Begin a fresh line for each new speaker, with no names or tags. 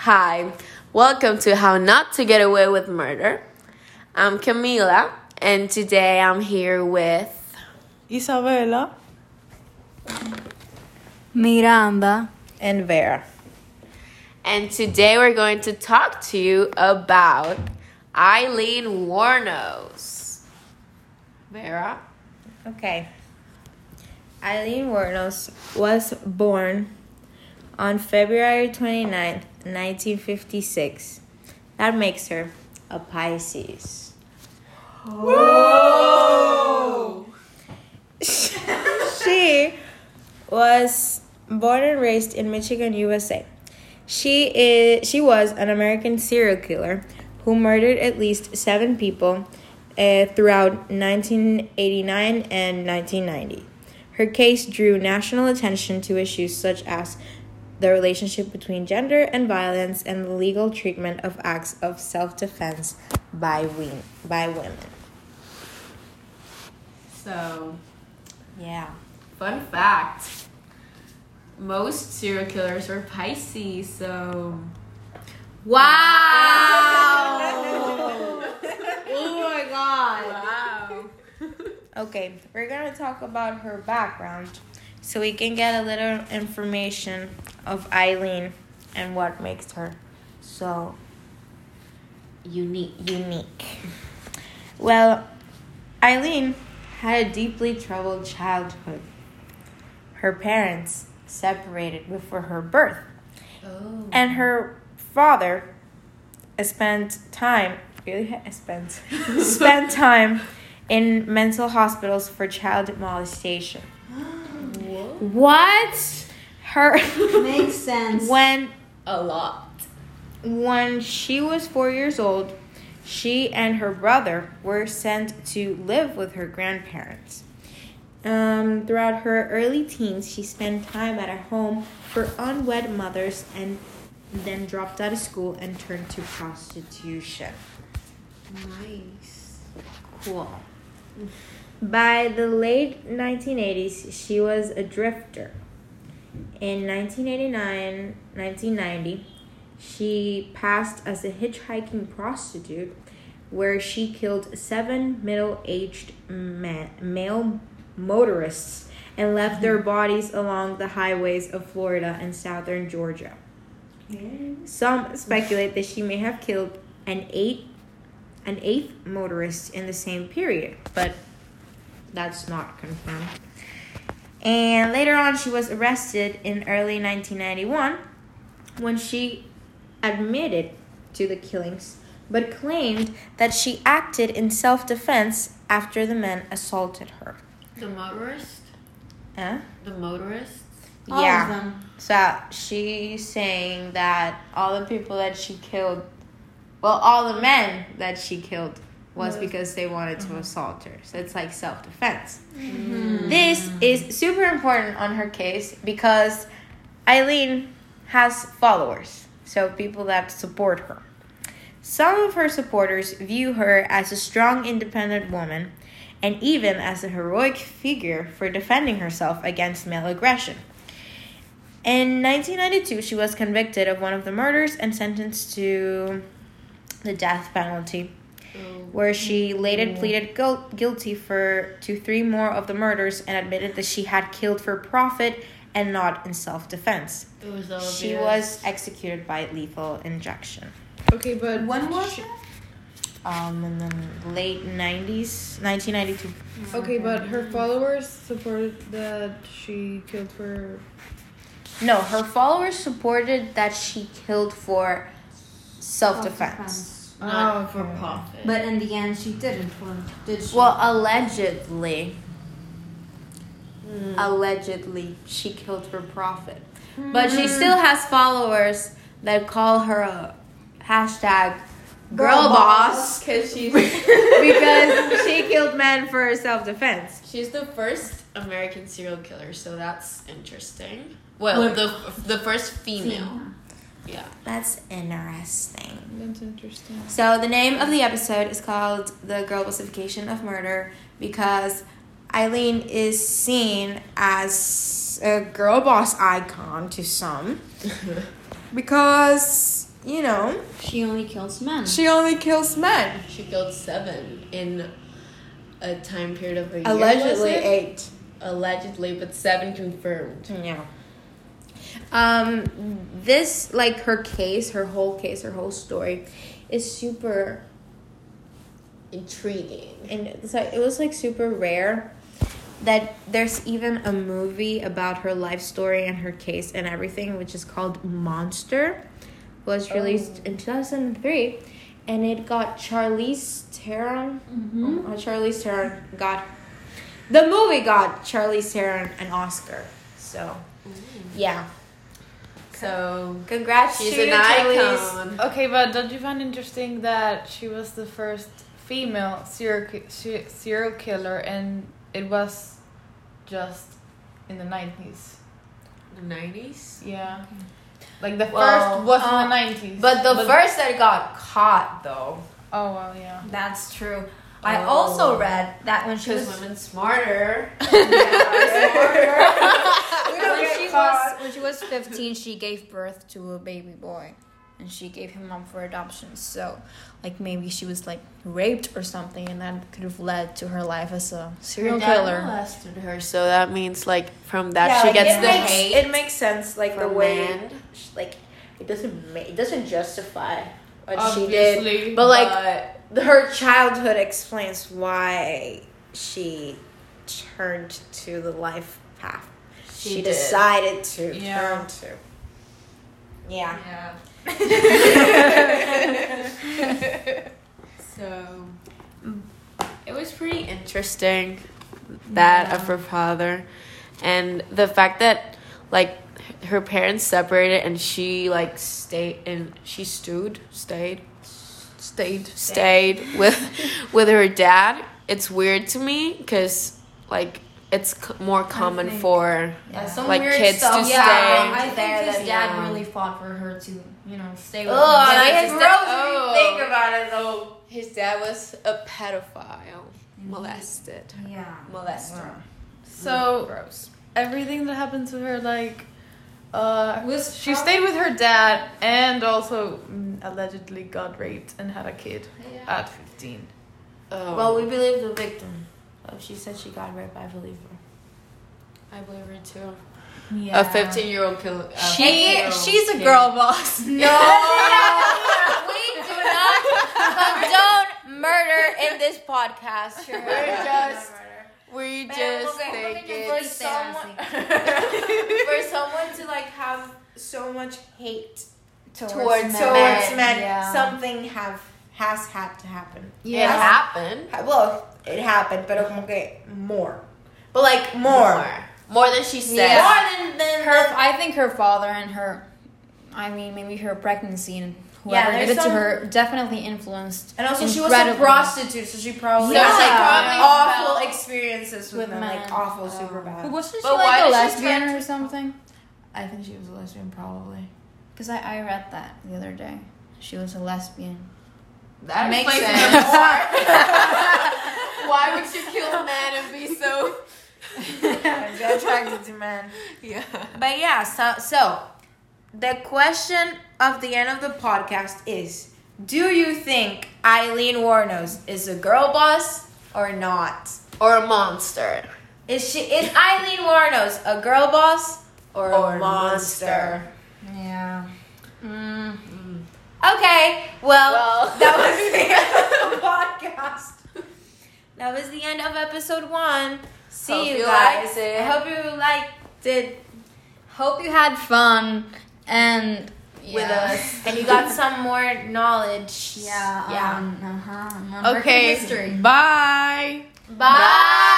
Hi, welcome to How Not to Get Away with Murder. I'm Camila, and today I'm here with.
Isabella
Miranda.
and Vera.
And today we're going to talk to you about Eileen Warnos. Vera?
Okay. Eileen Wuornos was born on February 29, 1956. That makes her a Pisces. Whoa! she was born and raised in Michigan, USA. She is she was an American serial killer who murdered at least seven people uh, throughout 1989 and 1990. Her case drew national attention to issues such as the relationship between gender and violence and the legal treatment of acts of self-defense by we- by women.
So,
Yeah.
fun fact most serial killers are Pisces, so.
Oh my god.
Wow!
Okay, we're gonna talk about her background so we can get a little information of Eileen and what makes her so unique. Unique. Well, Eileen had a deeply troubled childhood. Her parents separated before her birth,
Oh.
and her father spent time really ha- spent spent time in mental hospitals for child molestation. What? Her
Makes sense.
when
A lot.
when she was 4 years old, she and her brother were sent to live with her grandparents. Um, throughout her early teens, she spent time at a home for unwed mothers and then dropped out of school and turned to prostitution.
Nice.
Cool. By the late 1980s, she was a drifter. In 1989 1990, she passed as a hitchhiking prostitute where she killed seven middle aged ma- male motorists and left their bodies along the highways of Florida and southern Georgia. Some speculate that she may have killed an eight an eighth motorist in the same period, but that's not confirmed. And later on, she was arrested in early 1991 when she admitted to the killings but claimed that she acted in self defense after the men assaulted her.
The motorist?
Huh?
The motorist?
All
yeah.
of them.
So she's saying that all the people that she killed, well, all the men that she killed was because they wanted to assault her. So it's like self defense. This is super important on her case because Eileen has followers, so people that support her. Some of her supporters view her as a strong, independent woman and even as a heroic figure for defending herself against male aggression. In 1992, she was convicted of one of the murders and sentenced to the death penalty,
Oh.
where she later pleaded guil- guilty for to three more of the murders and admitted that she had killed for profit and not in self-defense.
It was
She was executed by lethal injection.
Okay, but
When was it?
Um, in the late 90s, 1992.
okay, but her followers supported that she killed for.
No, her followers supported that she killed for self-defense.
not
Oh,
for
okay.
profit.
But in the end, she didn't. Or did she?
Well, allegedly. Hmm. Allegedly, she killed for profit. But she still has followers that call her a hashtag girl,
Girl
boss
because she's
because she killed men for self defense.
she's the first American serial killer, so that's interesting. Well, the the first female. Yeah.
That's interesting.
That's interesting.
So the name of the episode is called "The Girl Bossification of Murder" because Eileen is seen as a girl boss icon to some because
you know,
She only kills men.
she only kills men.
She killed seven in a time period of a year. was
Allegedly
it?
eight.
Allegedly, but seven confirmed.
Yeah. Um, this like her case, her whole case, her whole story, is super
Intriguing.
and it's like it was like super rare that there's even a movie about her life story and her case and everything which is called monster was released in 2003 and it got charlize theron mm charlize theron got the movie got charlize theron an oscar so yeah
So
congrats
she's
to
an
Charlize.
icon.
Okay, but don't you find interesting that she was the first female serial ki- se- serial killer, and it was just in the nineties?
The nineties.
Yeah, like the
Well,
first was
uh,
in the nineties.
but the first that got caught though
Oh well, yeah.
That's true. I
Oh.
also read that when she
Because
was
women smarter.
when she was when she was 15 she gave birth to a baby boy and she gave him up for adoption so like maybe she was like raped or something and that could have led to her life as a serial killer
molested her, so that means like from that
Yeah,
she
like,
gets
it
the
makes,
hate.
It makes sense, like the
from
way,
men.
like it doesn't ma- it doesn't justify what she did,
Obviously,
but like her childhood explains why she turned to the life path she,
did.
decided to
Yeah.
turn to. Yeah.
yeah.
So it was pretty interesting that of her father and the fact that like her parents separated and she like stayed and she stewed stayed stayed stayed with with her dad it's weird to me because like it's c- more common
think-
for
yeah, some
Like,
weird
kids to
stuff
stay.
yeah, I think
There,
his
that-
dad
yeah.
really fought for her to you know stay with
Oh,
him.
like
his
it's
dad-
gross if you
oh.
think about it though.
his dad was a pedophile molested
yeah
molester
So everything that happened to her, like, uh,
Was
she
prob-
stayed with her dad and also mm, allegedly got raped and had a kid
Yeah.
at fifteen.
oh.
Well, we believe the victim. If she said she got raped, I believe her.
i believe her too
yeah.
a uh, 15 year old kill a
she
15-year-old
she's a
kid.
girl boss
No, we do not condone murder in this podcast. We're just
We
Man,
just
look at-
think
look at your voice
it's
there, for someone to like have so much hate towards towards men,
yeah.
something have has had to happen.
it happened
Ha- Well, it happened, but okay, more. But like more, more,
more than she said.
than than
her i think her father and her i mean maybe her pregnancy and whoever
there's
did it to
some-
her definitely influenced
And also, she was a
incredibly.
prostitute, so she probably
Yeah.
had
So she
like
probably
awful
felt-
experiences with,
With
them,
men.
like awful,
Oh.
super
But
bad.
wasn't she
But why
like a
did she
lesbian
turn-
or something?
I think she was a lesbian, probably.
Because I, I read that the other day. She was a lesbian.
That
Makes
explains
sense.
even more. Why would you kill a man and be so?
attracted to men.
Yeah.
But yeah, so so the question of the end of the podcast is: Do you think Eileen Warnos is a girl boss or not?
Or a monster.
Is she is Eileen Warnos a girl boss or,
Or
a
a
monster?
Yeah. Mm-hmm.
Okay, well,
Well.
that was the end of the podcast. That was the end of episode one. See
Hope
you
you
guys.
liked it.
I hope you liked it
Hope you had fun and
with
yeah.
us, and you got some more knowledge.
Yeah.
Yeah.
Um, uh-huh.
Okay.
History.
Bye.
Bye.